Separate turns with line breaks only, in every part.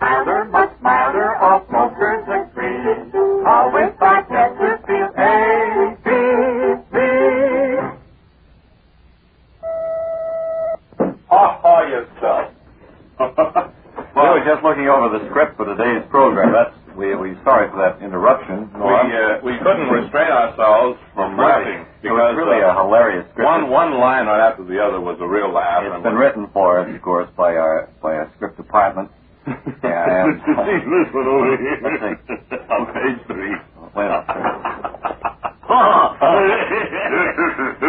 Milder, much milder, all smokers agree. Always by Chesterfield, A, B, B.
Ha ha yourself.
We were just looking over the script for today's program. That's we we sorry for that interruption.
we, uh, we couldn't restrain ourselves from laughing
it was
because
really a
uh,
hilarious script.
one one line right after the other was a real laugh.
it's
and
been written for us, of course, by our by our script department. Yeah, and-
this one over here
Let's
on page three.
Wait a minute.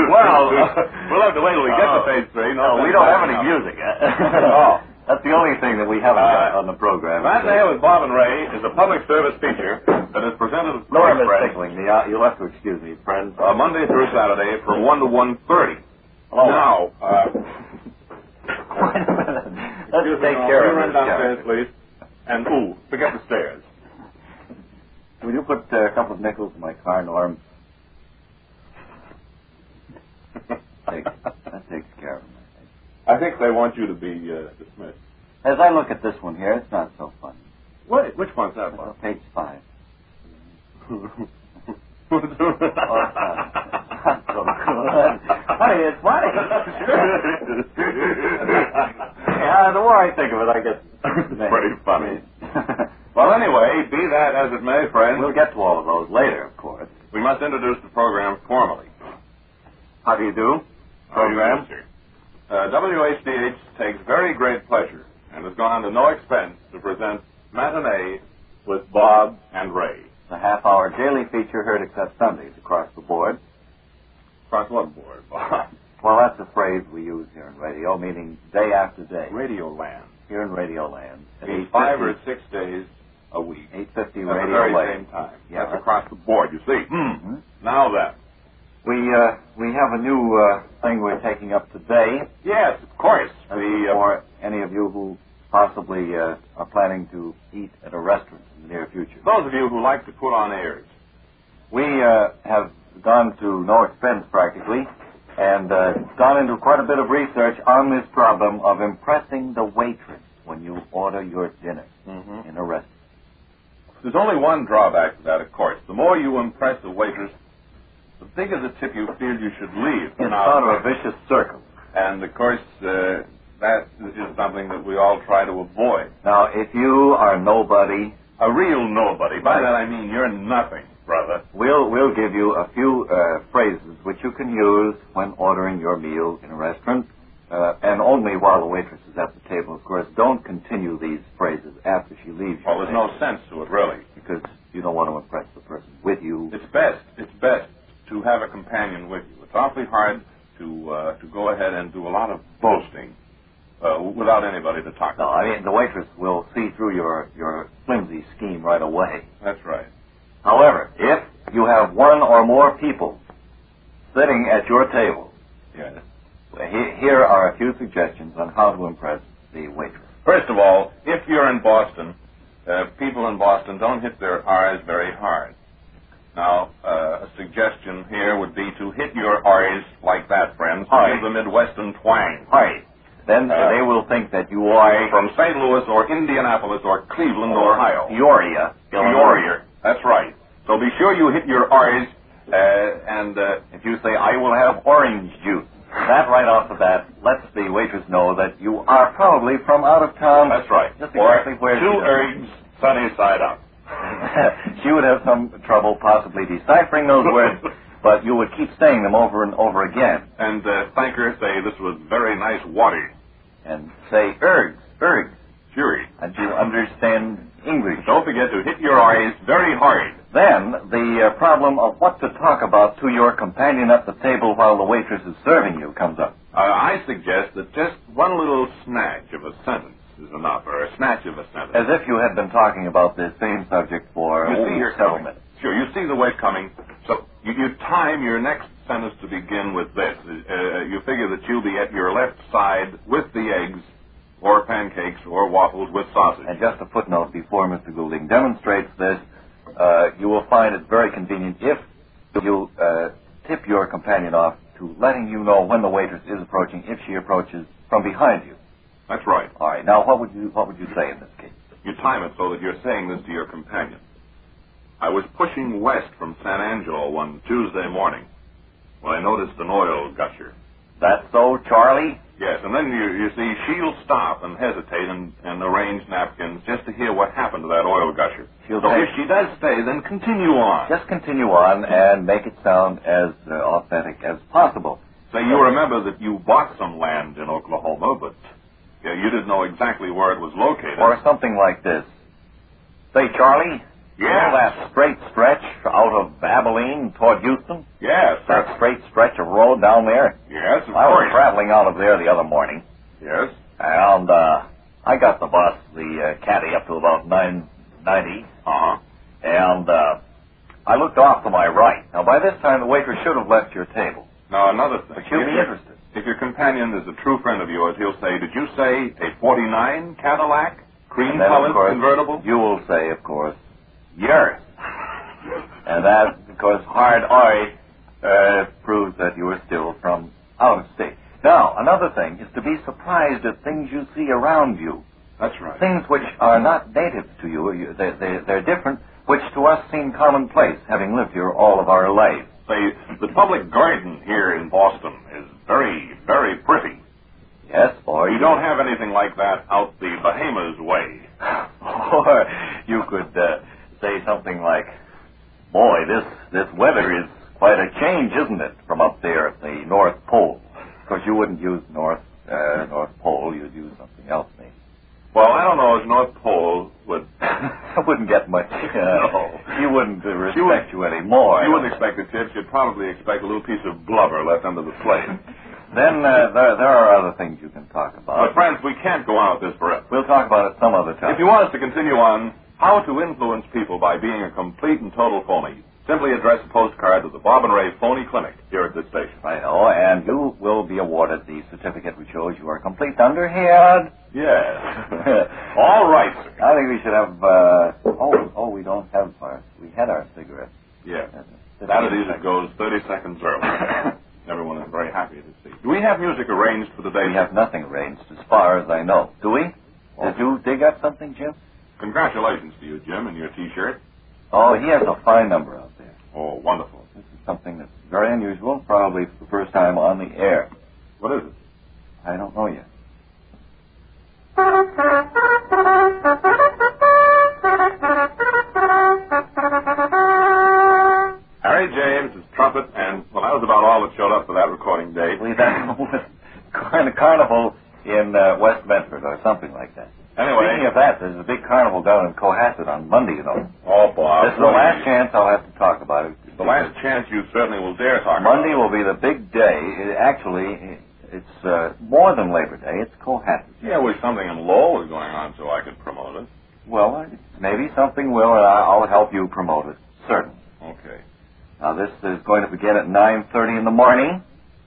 well, we'll have to wait till we get to page three.
No, we don't have any music.
Oh.
That's the only thing that we haven't
All
got
right.
on the program.
Man There with Bob and Ray is a public service feature that is presented to
Nor Miss
friends,
Tickling. The, uh, you'll have to excuse me, friends.
uh, Monday through Saturday from one to one thirty.
Hello.
Now, uh,
Wait a minute. Let's
excuse me,
take
I'll
care
run
of this.
downstairs,
character.
please. And ooh, forget the stairs.
Will you put uh, a couple of nickels in my car, Norm? Take, that takes care of it.
I think they want you to be uh, dismissed.
As I look at this one here, it's not so funny.
Wait, which one's that
It's on page five. Oh, it's not. It's not so good. Funny, it's funny. yeah, the more I think of it, I get.
Pretty funny. well, anyway, be that as it may, friends,
We'll get to all of those later, of course.
we must introduce the program formally.
How do you do?
Program? Uh, WHDH takes very great pleasure and has gone to no expense to present Matinee with Bob and Ray.
The half hour daily feature heard except Sundays across the board.
Across what board, Bob?
Well, that's a phrase we use here in radio, meaning day after day.
Radio Land.
Here in Radio Land. at
It's
8:50
five or six days a week.
850
At the
Radio
very Hmm.
Land.
same time.
Yeah.
That's across the board, you see.
Mhm.
Now then.
We uh, we have a new uh, thing we're taking up today.
Yes, of course.
That's
The, uh,
for any of you who possibly uh, are planning to eat at a restaurant in the near future.
uh, those of you who like to put on airs.
We uh, have gone to no expense practically and uh, gone into quite a bit of research on this problem of impressing the waitress when you order your dinner
Mm-hmm.
in a restaurant.
There's only one drawback to that, of course. The more you impress the waitress, the bigger the tip you feel you should leave.
It's
Now, uh,
sort of a vicious circle.
And of course, uh, that is something that we all try to avoid.
Now, if you are nobody,
A real nobody. By
Right.
that I mean you're nothing, brother.
We'll we'll give you a few uh, phrases which you can use when ordering your meal in a restaurant, uh, and only while the waitress is at the table, of course. Don't continue these phrases after she leaves.
Well, Oh,
your
there's no
table,
sense to it, really.
because you don't want to impress the person with you.
It's best. It's best to have a companion with you. It's awfully hard to uh, to go ahead and do a lot of boasting uh, without anybody to talk
No,
about.
I mean the waitress will see through your your flimsy scheme right away.
That's right.
However, if you have one or more people sitting at your table,
Yes.
he- here are a few suggestions on how to impress the waitress.
First of all, if you're in Boston, uh, people in Boston don't hit their R's very hard. Now, uh, a suggestion here would be to hit your R's like that, friends. to
Aye.
Give the Midwestern twang.
Hi. Then
Uh,
they will think that you are
From St. Louis or Indianapolis or Cleveland, Ohio.
Peoria, Illinois.
Peoria. That's right. So be sure you hit your R's uh, and uh,
If you say, I will have orange juice, that right off the bat lets the waitress know that you are probably from out of town.
that's right.
Um, Just
or
exactly where
two
she,
eggs sunny side up.
does. she would have some trouble possibly deciphering those words, but you would keep saying them over and over again
And uh, thank her. Say this was very nice water.
and say, ergs, ergs,
Cheery.
and you understand English.
Don't forget to hit your R's very hard.
Then the uh, problem of what to talk about to your companion at the table while the waitress is serving you comes up.
Uh, I suggest that just one little snatch of a sentence is enough, or a snatch of a sentence.
As if you had been talking about this same subject for
you
oh,
see your coming.
several minutes.
Sure, you see the wave coming, so you, you time your next sentence to begin with this. Uh, you figure that you'll be at your left side with the eggs, or pancakes, or waffles with sausage.
And just a footnote before Mr. Goulding demonstrates this, uh, you will find it very convenient if you uh, tip your companion off to letting you know when the waitress is approaching, if she approaches from behind you.
That's right.
All right. Now, what would you what would you say in this case?
You time it so that you're saying this to your companion. I was pushing west from San Angelo one Tuesday morning when I noticed an oil gusher.
That so, Charlie?
Yes, and then you, you see, she'll stop and hesitate and, and arrange napkins just to hear what happened to that oil gusher.
She'll
so if
take-
she does stay, then continue on.
Just continue on and make it sound as uh, authentic as possible.
Say, you remember that you bought some land in Oklahoma, but yeah, you didn't know exactly where it was located.
Or something like this. Say, Charlie, you know
yes,
that straight stretch out of Abilene toward Houston?
yes,
That
that's,
straight stretch of road down there?
yes, of
I was
course.
traveling out of there the other morning,
Yes,
and uh, I got the bus, the uh, caddy, up to about 990,
uh-huh.
and uh, I looked off to my right. Now, by this time, the waitress should have left your table,
Now, another thing.
but she'll
If
be
your-
interested.
If your companion is a true friend of yours, he'll say, Did you say a 49 Cadillac? Cream
And then, of
colored
course,
convertible?
You will say, of course, yours. And that, because hard oi uh, proves that you are still from out of state. Now, another thing is to be surprised at things you see around you,
That's right.
things which are not native to you. you they, they, they're different, which to us seem commonplace, having lived here all of our lives.
Say, the public garden here in Boston is very, very pretty.
Yes, or
You don't have anything like that out the Bahamas way.
or you could uh, say something like, "Boy, this this weather is quite a change, isn't it, from up there at the North Pole?" Because you wouldn't use North uh, North Pole; you'd use something else. Maybe.
Well, I don't know if North Pole would.
I wouldn't get much. Uh,
No.
He wouldn't uh,
You
respect you,
would-
anymore.
you wouldn't expect a tip. You'd probably expect a little piece of blubber left under the plate.
Then uh, there there are other things you can talk
but,
about.
friends, we can't go on with this forever.
We'll talk about it some other time.
If you want us to continue on, how to influence people by being a complete and total phony, simply address a postcard to the Bob and Ray Phony Clinic here at this station.
I know, and you will be awarded the certificate which shows you are complete underhand.
Yes. All right, sir.
I think we should have. Uh, oh, oh, we don't have our. We had our cigarettes.
Yes.
Uh,
That it is, it goes 30 seconds early. Everyone is very happy to see. Do we have music arranged for today?
We have nothing arranged, as far as I know. Do we?
Oh.
Did you dig up something, Jim?
Congratulations to you, Jim, and your T-shirt.
Oh, he has a fine number out there.
Oh, wonderful.
This is something that's very unusual, probably for the first time on the air.
What is it?
I don't know yet.
Harry James is trumpet, and well, that was about all that showed up for that recording
I
date.
believe that was carn- carnival in uh, West Medford or something like that. Speaking
Anyway,
of that, there's a big carnival down in Cohasset on Monday, you know.
oh, Bob.
this is the last chance I'll have to talk about it.
The last chance you certainly will dare talk about.
Monday will be the big day. It- actually, it's uh, more than Labor Day. It's Cohasset.
Yeah, wish something in Lowell was going on so I could promote it.
Well, maybe something will, and I- I'll help you promote it. Certainly.
Okay.
Now, this is going to begin at 9.30 in the morning.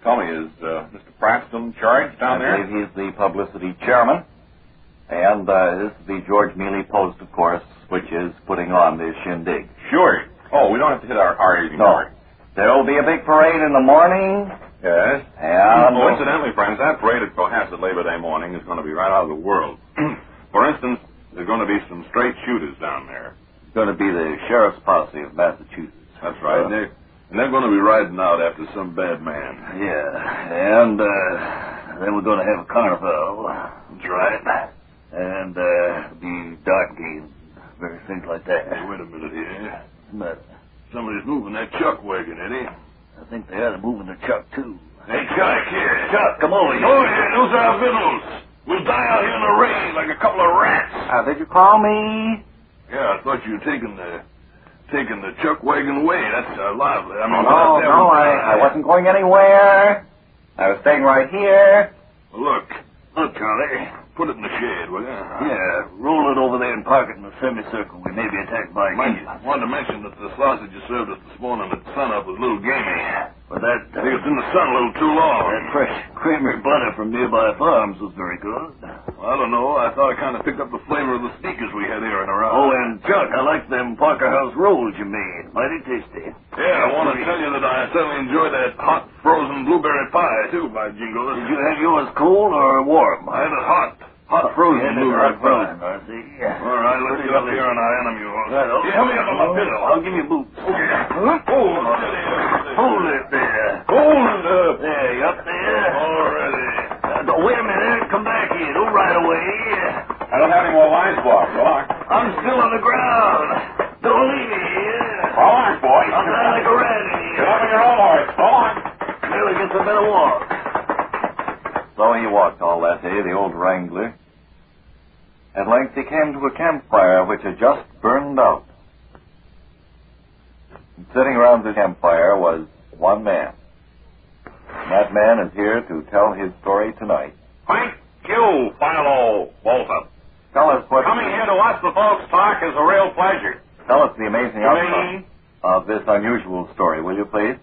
Tell me, is uh, Mr. Pratt still in charge down
I
there?
believe he's the publicity chairman. And uh, this is the George Mealy Post, of course, which is putting on this shindig.
Sure. Oh, we don't have to hit our our evening
No.
mark.
There'll be a big parade in the morning.
Yes.
And
oh, incidentally, friends, that parade at Cohasset Labor Day morning is going to be right out of the world. For instance, there's going to be some straight shooters down there.
it's going to be the sheriff's posse of Massachusetts.
That's
Uh,
And they're, and they're going to be riding out after some bad man.
Yeah, and uh, then we're going to have a carnival. That's right. And uh, the dart games, various things like that.
Hey, wait a minute here.
But
Somebody's moving that chuck wagon, Eddie.
I think they ought to move into Chuck too.
Hey, Chuck here.
Chuck, come over
Oh, yeah, those are our vittles. We'll die out here in the rain like a couple of rats.
Uh, did you call me?
Yeah, I thought you were taking the taking the chuck wagon away. That's uh, lively. I mean,
No,
not that uh,
no,
one.
I, I wasn't going anywhere. I was staying right here.
Look, look, Charlie. Put it in the shade, will you?
Yeah, roll it over there and park it in a semicircle. We may be attacked by
Mind you, wanted to mention that the sausage you served us this morning at sunup was a little gamey.
But that,
I think it's in the sun a little too long.
that fresh creamery butter from nearby farms was very good.
I don't know. I thought I kind of picked up the flavor of the sneakers we had here in our
Oh, and Chuck, I like them Parker House rolls you made. Mighty tasty.
Yeah, I want to tell you that I certainly enjoyed that hot frozen blueberry pie, too, by jingo.
Did you have yours cold or warm?
I had it hot. Hot frozen
Yeah,
movie. right
hot frozen,
there.
I see. Yeah.
All right, let's get up here and I'll anim you.
Right, okay.
Yeah, help me up on my pillow. I'll give you a boot. Okay. Oh,
Hold it there.
Hold up.
There, you up there?
Already.
Uh, but wait a minute. Come back here. Don't right away.
I don't have any more lines blocked. Go on.
I'm still on the ground. Don't leave me here.
Go on, boy.
I'm down like a rat in
Get
here.
up on your own horse. Go on.
Maybe we get some better walk.
So he walked all that day, the old wrangler. At length he came to a campfire which had just burned out. And sitting around the campfire was one man. And that man is here to tell his story tonight.
Thank you, Philo Bolton.
Tell us what
Coming here to watch the folks talk is a real pleasure.
tell us the amazing
To
outcome
me,
of this unusual story, will you please?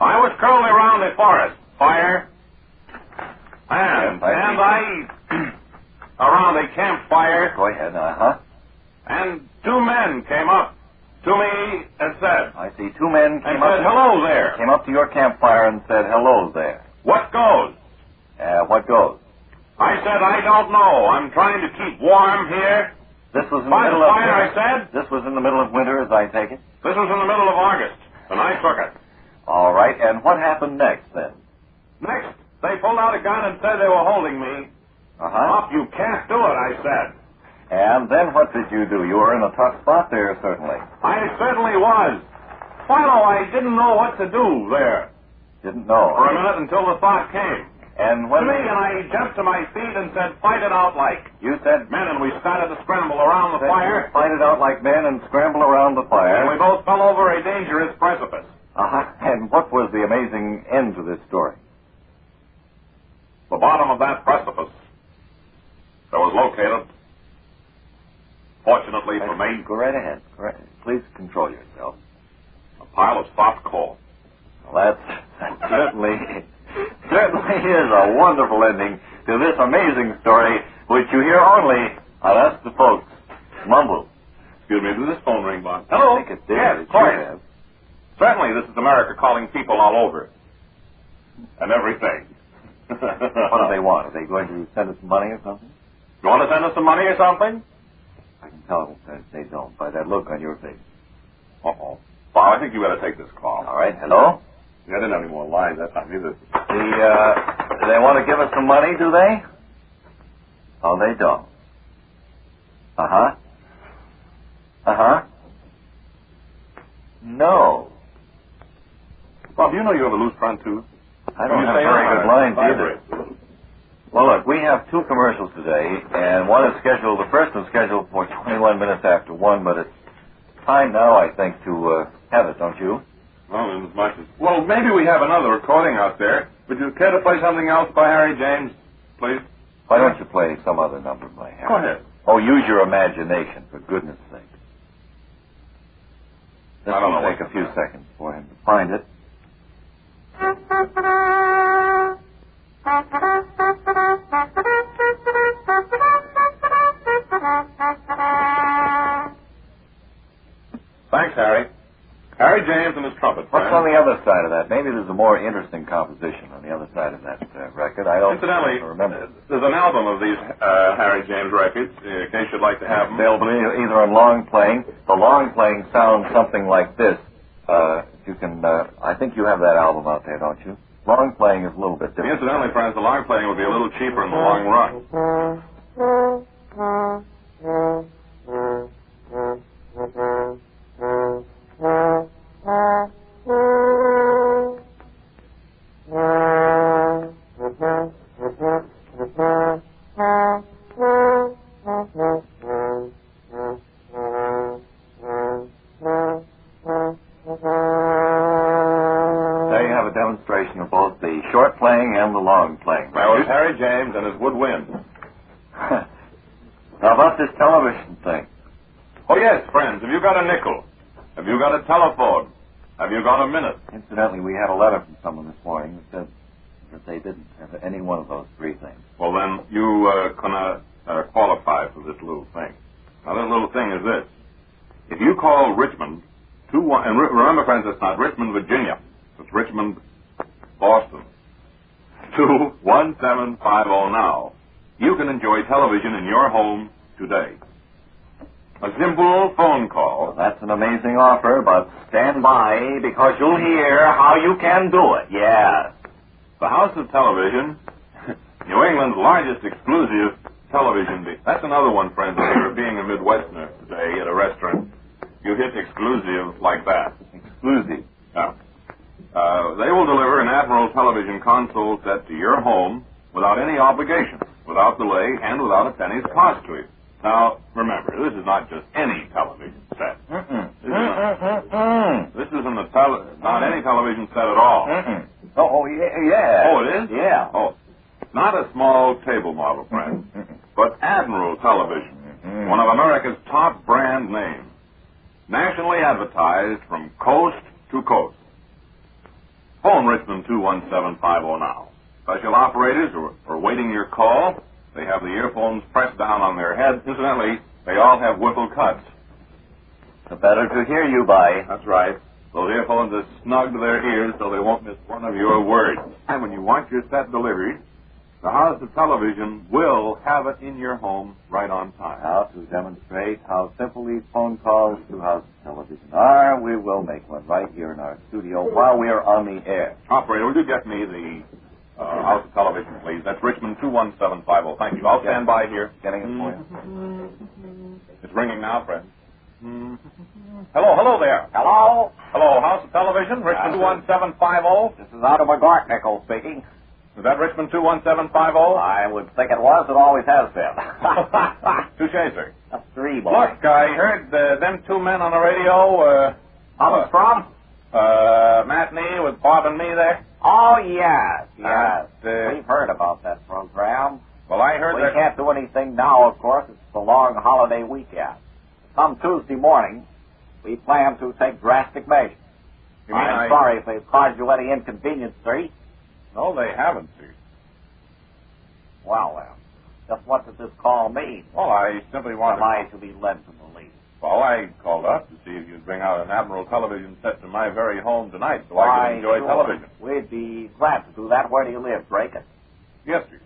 I was curled around the forest fire, and,
Yes, I
and
see.
I around a campfire,
Go ahead, uh huh.
and two men came up to me and said,
I see two
and
men came
said,
up
hello there.
came up to your campfire and said hello there.
What goes?
Uh, what goes?
I said, I don't know. I'm trying to keep warm here.
This was in the
By the
middle of
fire, I
winter.
said.
This was in the middle of winter, as I take it.
This was in the middle of August, and I took it.
All right, and what happened next then?
Next, they pulled out a gun and said they were holding me.
Uh
Up, you can't do it, I said.
And then what did you do? You were in a tough spot there, certainly.
I certainly was. Philo, I didn't know what to do there
Didn't know.
for a minute until the thought came
And
to
when
me, and I jumped to my feet and said, fight it out like
you said
men, and we started to scramble around the
that
fire,
you fight it out like men and scramble around the
and we
fire.
both fell over a dangerous precipice.
Uh-huh. And what was the amazing end to this story?
The bottom of that precipice that was located, fortunately for me,
Go right ahead. Go right- Please control yourself.
a pile of soft coal.
Well, that's that certainly certainly is a wonderful ending to this amazing story, which you hear only on us the folks. Mumble.
Excuse me, did this phone ring, Bob?
I think it did.
Yes,
It
of course.
should have.
Certainly, this is America calling people all over. And everything.
What do they want? Are they going to send us money or something?
You want to send us some money or something?
I can tell that they don't by that look on your face.
Uh-oh. Bob, I think you better take this call.
All right, hello?
Yeah, I didn't have any more lines that time either.
The, uh, they want to give us some money, do they? Oh, they don't. Uh huh. Uh huh. No.
Bob, do you know you have a loose front tooth?
I don't
you
have
say
very
on
good
it,
lines either.
vibrates.
Well, look, we have two commercials today, and one is scheduled, the first is scheduled for 21 minutes after one, but it's time now, I think, to uh, have it, don't you?
Well, in as much as... Well, maybe we have another recording out there. Would you care to play something else by Harry James, please?
Why don't you play some other number by hand?
Go ahead.
Oh, use your imagination, for goodness sake. This
I don't
will
know
take
what-
a few seconds for him to find it.
Thanks, Harry. Harry James and his trumpet.
What's
friend.
on the other side of that? Maybe there's a more interesting composition on the other side of that uh, record. I don't
Incidentally, uh,
remember.
there's an album of these uh, Harry James records, in case you'd like to have them.
They'll be e-, either on long playing. The long playing sounds something like this. Uh, if you can, uh, I think you have that album out there, don't you? Long playing is a little bit different.
Incidentally, friends, the long playing will be a little cheaper in the long run.
There you have a demonstration of both the short playing and the long playing.
That was Harry James and his woodwind.
Now about this television thing.
Oh, yes, friends, have you got a nickel? Have you got a telephone? Have you got a minute?
Incidentally, we had a letter from someone this morning that said that they didn't have any one of those three things.
Well, then, you uh, can uh, uh, qualify for this little thing. Now, this little thing is this. If you call Richmond, two one, and re- remember, friends, it's not Richmond, Virginia. It's Richmond, Boston. 21750 now. you can enjoy television in your home today. A simple phone
Well,
call.
that's an amazing offer, but stand by because you'll hear how you can do it. Yes.
The House of Television, New England's largest exclusive television. Be- That's another one, friends. If you're being a Midwesterner today at a restaurant, you hit exclusive like that.
Exclusive.
Now, uh, they will deliver an Admiral television console set to your home without any obligation, without delay, and without a penny's cost to you. Now, remember, this is not just any television set.
Mm-mm.
This isn't,
Mm-mm.
this isn't a tele- not any television set at all.
Mm-mm. Oh, oh, yeah, yeah.
Oh, it is?
Yeah.
Oh, not a small table model, friend,
Mm-mm.
but Admiral Television.
Mm-mm.
one of America's top brand names, nationally advertised from coast to coast. Phone Richmond 217509. now. Special operators are, are waiting your call. They have the earphones pressed down on their heads. Incidentally, they all have whiffle cuts.
The better to hear you by.
That's right. Those earphones are snug to their ears so they won't miss one of your words. And when you want your set delivered, the House of Television will have it in your home right on time.
Now, to demonstrate how simple these phone calls to House Television are, we will make one right here in our studio while we are on the air.
Operator, will you get me the uh, House of Television, please? That's Richmond 217750. oh. Thank you. I'll stand by here.
Getting it for
Mm-hmm.
you.
It's ringing now, Fred. Hello, hello there.
Hello?
Hello, House of Television, Richmond 21750.
This is Otto McGartnickel speaking.
oh. Is that Richmond 21750?
I would think it was. It always has been.
Touche, sir.
That's three, boy.
Look, I heard uh, them two men on the radio,
Thomas Trump?
uh, uh, matinee with Bob and me there.
Oh, yes, yes.
And, uh,
We've heard about that program.
Well, I heard
We
that.
can't do anything now, of course. It's the long holiday weekend. Come Tuesday morning, we plan to take drastic measures.
You mean
I'm
I-
sorry if they've caused you any inconvenience, sir.
No, they haven't, sir.
Well, well. Just what does this call mean?
Well, I simply want
Am
to.
I to be led to believe?
Well, Oh, I called up to see if you'd bring out an Admiral television set to my very home tonight so I
Why,
could enjoy
sure.
television.
We'd be glad to do that. Where do you live, Draken?
Yes, sir.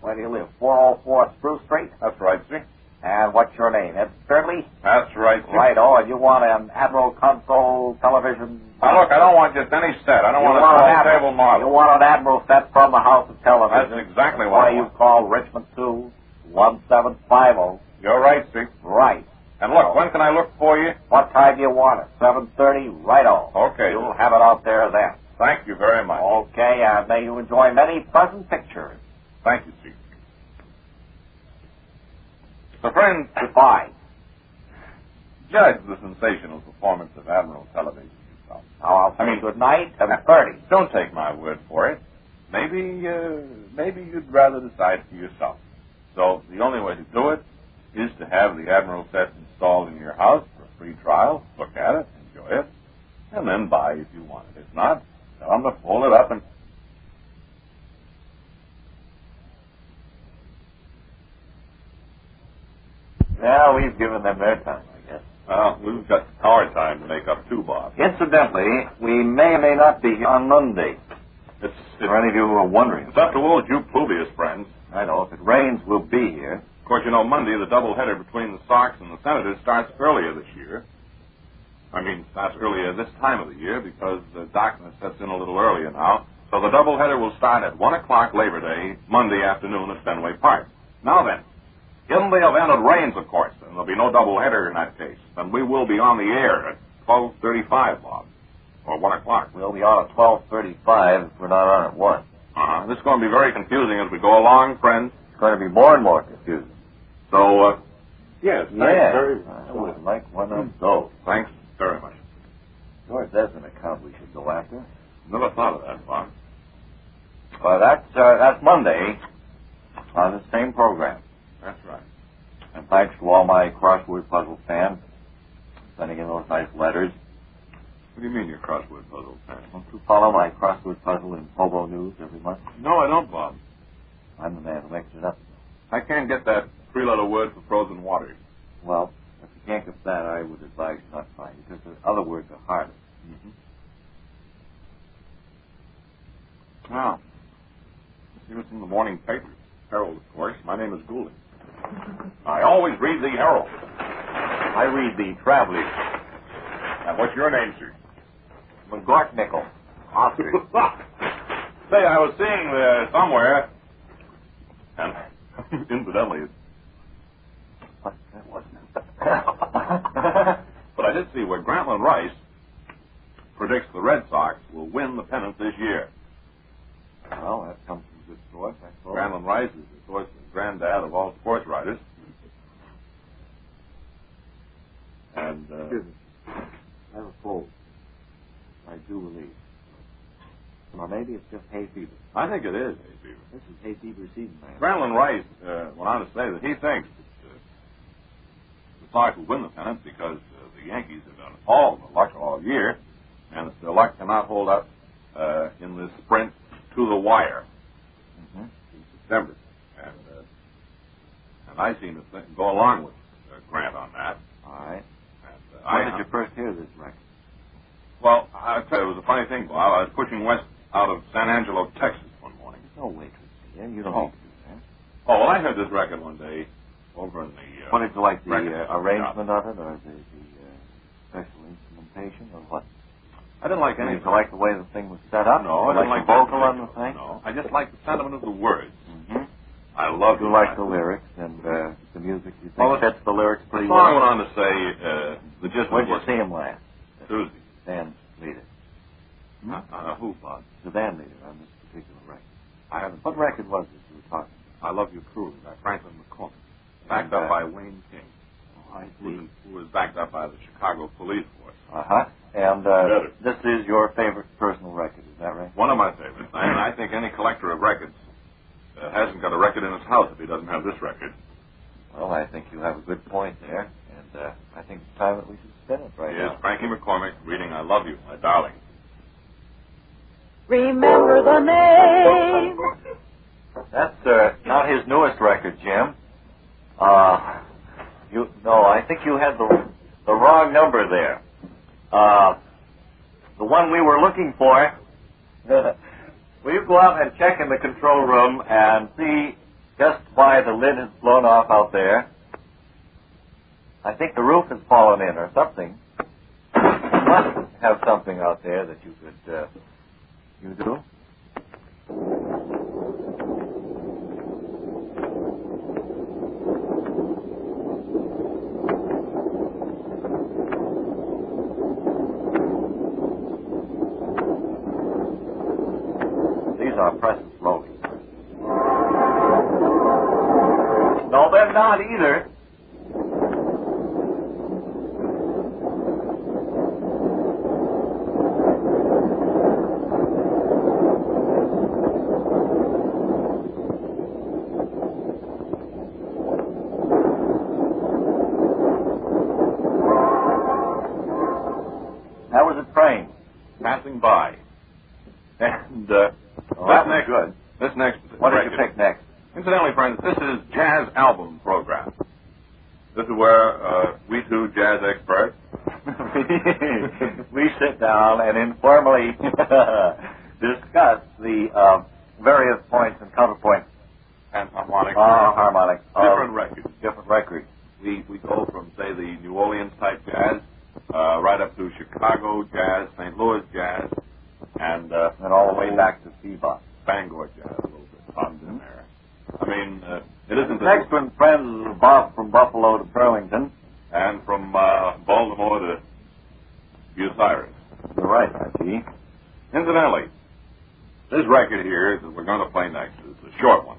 Where do you live? 404 Spruce Street?
That's right, sir.
And what's your name? Ed Sternley?
That's right, sir.
Right, oh, and you want an Admiral console television?
Now, look, I don't want just any set. I don't
You
want a
want an
small
Admiral-
table model.
You want an Admiral set from the House of Television?
That's exactly what I
Why you
want.
call Richmond 2 1750.
You're right, sir.
Right.
And
Oh.
look, when can I look for you?
What time do you want it? 7.30? Right on.
Okay.
You'll have it Oh. out there then.
Thank you very much.
Okay, and may you enjoy many pleasant pictures.
Thank you, sir. So, friends,
Goodbye.
judge the sensational performance of Admiral television yourself.
Now I'll say
I mean-
good night and 30.
Don't take my word for it. Maybe, uh, maybe you'd rather decide for yourself. So the only way to do it is to have the Admiral set installed in your house for a free trial. Look at it, enjoy it, and then buy if you want it. If not, tell them to fold it up and.
Yeah, we've given them their time, I guess.
Well, we've got our time to make up too, Bob.
Incidentally, we may or may not be here on Monday.
It's
For
it's,
any of you who are wondering,
it's up to old Jew Pluvius, friends.
I know if it rains, we'll be here.
Of course, you know, Monday, the doubleheader between the Sox and the Senators starts earlier this year. I mean, starts earlier this time of the year because the darkness sets in a little earlier now. So the doubleheader will start at 1 o'clock Labor Day, Monday afternoon at Fenway Park. Now then, in the event it rains, of course, and there'll be no doubleheader in that case, then we will be on the air at 12.35, Bob, or 1 o'clock.
We'll be on at 12.35 if we're not on at 1.
Uh-huh. This is going to be very confusing as we go along, friends.
It's going to be more and more confusing.
So, uh, yes, thanks very
I would like one of
Um,
those.
oh, Thanks very much.
Sure, there's an account we should go after.
Never thought of that, Bob.
Well, that's, uh, that's Monday on the same program.
That's right.
And thanks to all my crossword puzzle fans sending in those nice letters.
What do you mean your crossword puzzle, Sam?
Don't you follow my crossword puzzle in Hobo News every month?
No, I don't, Bob.
I'm the man who makes it up.
I can't get that three-letter word for frozen water.
Well, if you can't get that, I would advise you not trying because the other words are harder.
Mm-hmm. Wow. It was in the morning paper. Herald, of course. My name is Goulding. I always read the Herald.
I read the Travelers.
And what's your name, sir?
McGortnickel. Oscar.
Say, I was seeing uh, somewhere, and incidentally,
What- that wasn't it.
but I did see where Grantland Rice predicts the Red Sox will win the pennant this year.
well, that comes from good source, I suppose.
Grantland Rice is, of course, the granddad of all sports writers. And uh,
Excuse me. I have a cold. I do believe. Or maybe it's just hay fever.
I think it is.
This is hay fever season, man.
Grantland Rice uh, went on to say that he thinks that uh, the Sox will win the pennant because uh, the Yankees have done all the luck all year, and that their luck cannot hold up uh, in this sprint to the wire
Mhm.
in September. And uh, and I seem to think, go along with uh, Grant on that.
All
And,
right.
uh,
When
I,
did you first hear this record?
Well, I tell you, it was a funny thing, Bob. I was pushing west out of San Angelo, Texas, one morning.
There's no waitress here. You don't
Oh.
need to do that.
Oh, well, I heard this record one day over in the. Uh,
What did you like, the
record
uh,
shop.
arrangement of it, or the, the uh, special instrumentation, or what?
I didn't like
Did
any.
you like the way the thing was set up?
No, I didn't
Did you like
like
the vocal
that
on the
particular-
thing?
No, I just like the sentiment of the words.
Mm-hmm.
I love
You like the lyrics and uh, the music. You think
Well, the-
fits the lyrics
The
pretty
song I went
well.
on to say uh, the gist
Where'd
was
you see him last?
Tuesday.
Dan Leader. Hmm?
Uh, uh, who, Bob?
The Dan Leader on this particular record.
I haven't.
What record was it you were talking
I love you cruelly by Franklin McCormick, backed
Uh,
up by Wayne King,
about? I
who, who was backed up by the Chicago Police Force.
Uh-huh. And uh,
Better.
this is your favorite personal record, is that right?
One of my favorites. And I think any collector of records uh, hasn't got a record in his house if he doesn't have this record.
Well, I think you have a good point there. And uh, I think it's time that we should spin it right
Here's
now.
Frankie McCormick reading "I Love You, My Darling."
Remember the name.
That's uh, not his newest record, Jim. Uh, you no, I think you had the the wrong number there. Uh, the one we were looking for. Will you go out and check in the control room and see just why the lid has blown off out there? I think the roof has fallen in or something. You must have something out there that you could. Uh, you do? These are pressing slowly. No, they're not either. That was a train.
Passing by, and uh,
Oh,
that
that was
next
good.
this next
What did
record,
you pick next?
Incidentally, friends, this is Jazz Album Program. This is where uh, we two jazz experts.
we sit down and informally discuss the uh, various points and counterpoints,
and harmonic.
uh, harmonics, of
Different records.
different records.
We, we go from, say, the New Orleans type jazz uh, right up to Chicago jazz, St. Louis jazz, and, uh,
and all the way back to bebop.
Bangor jazz a little bit. Bob's in there. I mean, uh, it isn't that-
Next one, friends, is Bob from Buffalo to Burlington.
And from uh, Baltimore to Bucyrus.
You're right, I see.
Incidentally, this record here that we're going to play next is a short one.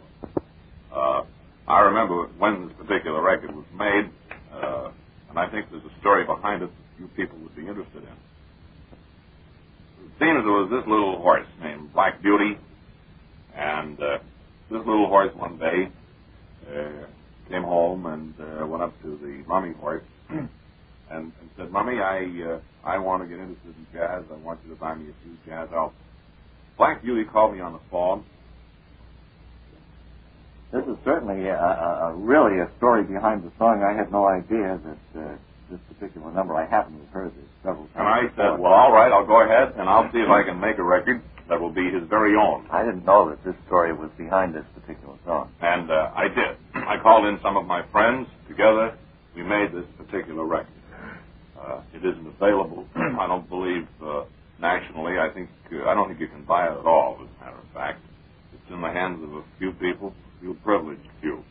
Uh, I remember when this particular record was made, uh, and I think there's a story behind it that you people would be interested in. It seems there was this little horse named Black Beauty, and uh, this little horse one day uh, came home and uh, went up to the mummy horse and, and said, "Mummy, I uh, I want to get interested in jazz. I want you to buy me a few jazz albums." Black Beauty called me on the phone.
This is certainly a, a, a really a story behind the song. I had no idea that uh, this particular number. I happen to have heard this several times.
And I
before.
said, well, all right, I'll go ahead and I'll see if I can make a record. that will be his very own.
I didn't know that this story was behind this particular song.
And uh, I did. I called in some of my friends. Together, we made this particular record. Uh, it isn't available. I don't believe uh, nationally. I think uh, I don't think you can buy it at all. As a matter of fact, it's in the hands of a few people, a few privileged few.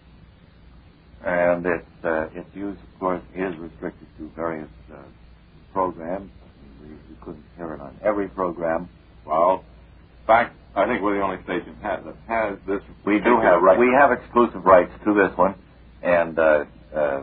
And it's, uh, its use, of course, is restricted to various uh, programs. We, we couldn't hear it on every program.
Well, in fact, I think we're the only station that that has this.
We do have
right.
We have exclusive rights to this one, and uh, uh,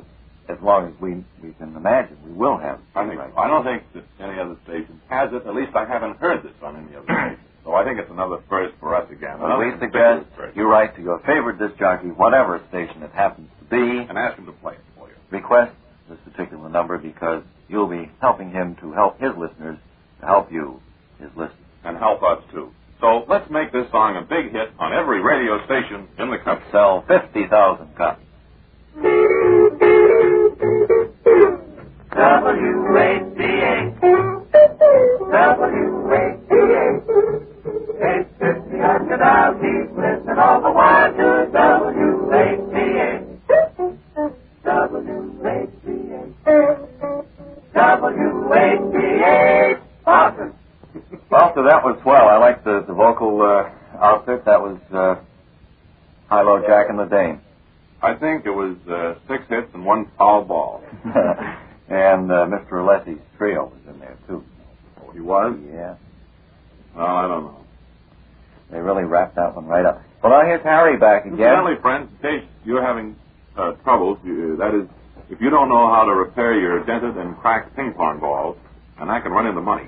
as long as we we can imagine, we will have.
I think
rights.
I don't think that any other station has it. At least I haven't heard this on any other station. So I think it's another first for us again.
Well, we
Another
suggest
first.
you write to your favorite disc jockey, whatever station it happens to be,
and ask him to play it for you.
request this particular number because you'll be helping him to help his listeners to help you, his listeners.
and help us too. So let's make this song a big hit on every radio station in the country.
Sell 50,000 copies.
W-A-P-A.
Well, so that was swell. I like the, the vocal uh, outfit. That was uh, Hilo Jack and the Dame.
I think it was uh, six hits and one foul ball.
and uh, Mr. Alessi's trio was in there, too.
He was?
Yeah.
Well, I don't know.
They really wrapped that one right up. Well, now here's Harry back again.
Incidentally, friends, in case you're having uh, troubles, you, that is, if you don't know how to repair your dented and cracked ping pong balls, and I can run into money.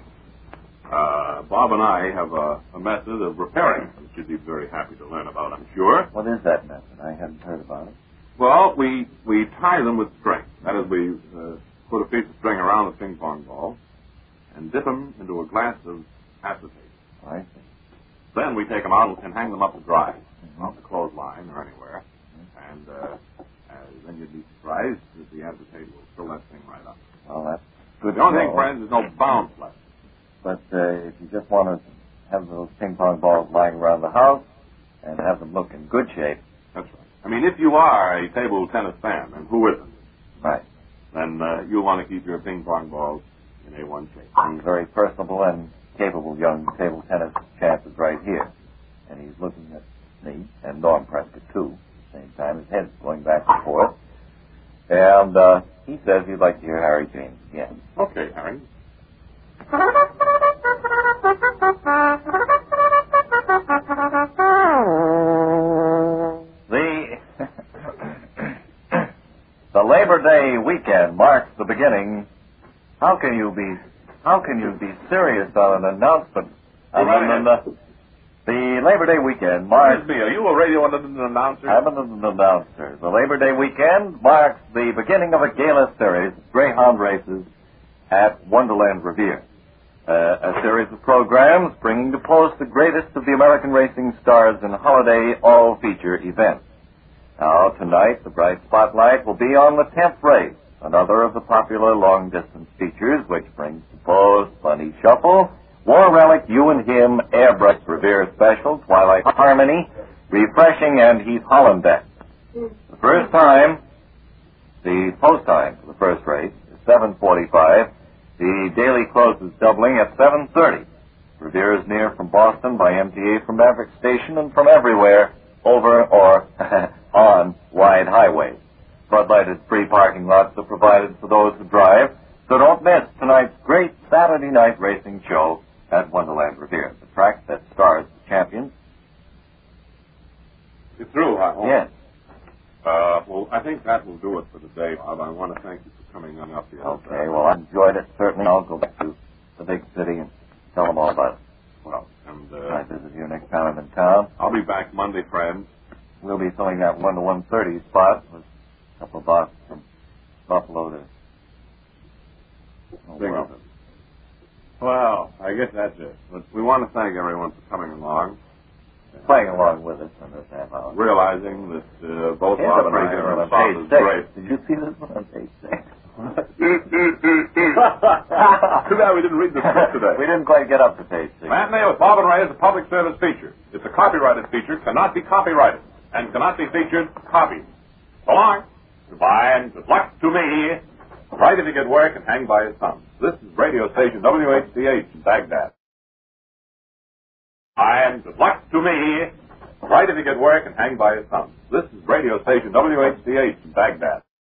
Uh, Bob and I have a, a method of repairing, which you'd be very happy to learn about, I'm sure.
What is that method? I hadn't heard about it.
Well, we we tie them with string. That is, we uh, put a piece of string around the ping pong ball and dip them into a glass of acetate.
I see.
Then we take them out and hang them up to dry on
Mhm.
the clothesline or anywhere. And uh, uh, then you'd be surprised that the acetate will fill that thing right up.
Well, that's good.
The only
to
thing,
know.
friends, is no bounce left.
But uh, if you just want to have those ping pong balls lying around the house and have them look in good shape,
That's right. I mean, if you are a table tennis fan, and who isn't,
right,
then uh, you'll want to keep your ping pong balls in A1 shape.
he's very personable and capable young table tennis champ is right here. And he's looking at me and Norm Prescott, too, at the same time. His head's going back and forth. And uh, he says he'd like to hear Harry James again.
Okay, Harry.
The the Labor Day weekend marks the beginning. How can you be how can you be serious on an announcement?
Well,
I mean,
right.
on the, the Labor Day weekend
Excuse
marks.
me, are you a radio announcer?
I'm an announcer. The Labor Day weekend marks the beginning of a gala series of greyhound races at Wonderland Revere. Uh, a series of programs bringing to close the greatest of the American racing stars in holiday all-feature events. Now, tonight, the bright spotlight will be on the 10th race, another of the popular long-distance features, which brings the Bose Bunny Shuffle, War Relic, You and Him, Airbrush Revere Special, Twilight Harmony, Refreshing, and Heath Hollenbeck. The first time, the post time for the first race is 7.45. The daily closes doubling at 7.30. Revere is near from Boston by MTA from Maverick Station and from everywhere over or on wide highways. Floodlighted free parking lots are provided for those who drive, so don't miss tonight's great Saturday night racing show at Wonderland Revere, the track that stars the champions.
You're through, I hope.
Yes.
Uh, well, I think that will do it for today, Bob. I want to thank you for coming on up here.
Okay, well, I enjoyed it, certainly. I'll go back to the big city and tell them all about it.
Well, and uh,
When I visit you next time I'm in town.
I'll be back Monday, friends.
We'll be filling that 1 to 130 spot with a couple of bucks from Buffalo to. Oh, well.
Binghamton. Well, I guess that's it. But we want to thank everyone for coming along,
Playing along with us in this half hour.
realizing that uh, both
Here's
our
one I
breakers
heard
and
on page
sauces
six.
great.
Did you see this one on page six? Too
bad we didn't read the script today.
we didn't quite get up to page six.
Matinee with Bob and Ray is a public service feature. It's a copyrighted feature, cannot be copyrighted, and cannot be featured, copied. So long. Goodbye, and good luck to me. Right if he could work and hang by his thumb. This is radio station WHCH in Baghdad. Goodbye, and good luck to me. Right if he could work and hang by his thumb. This is radio station WHCH in Baghdad.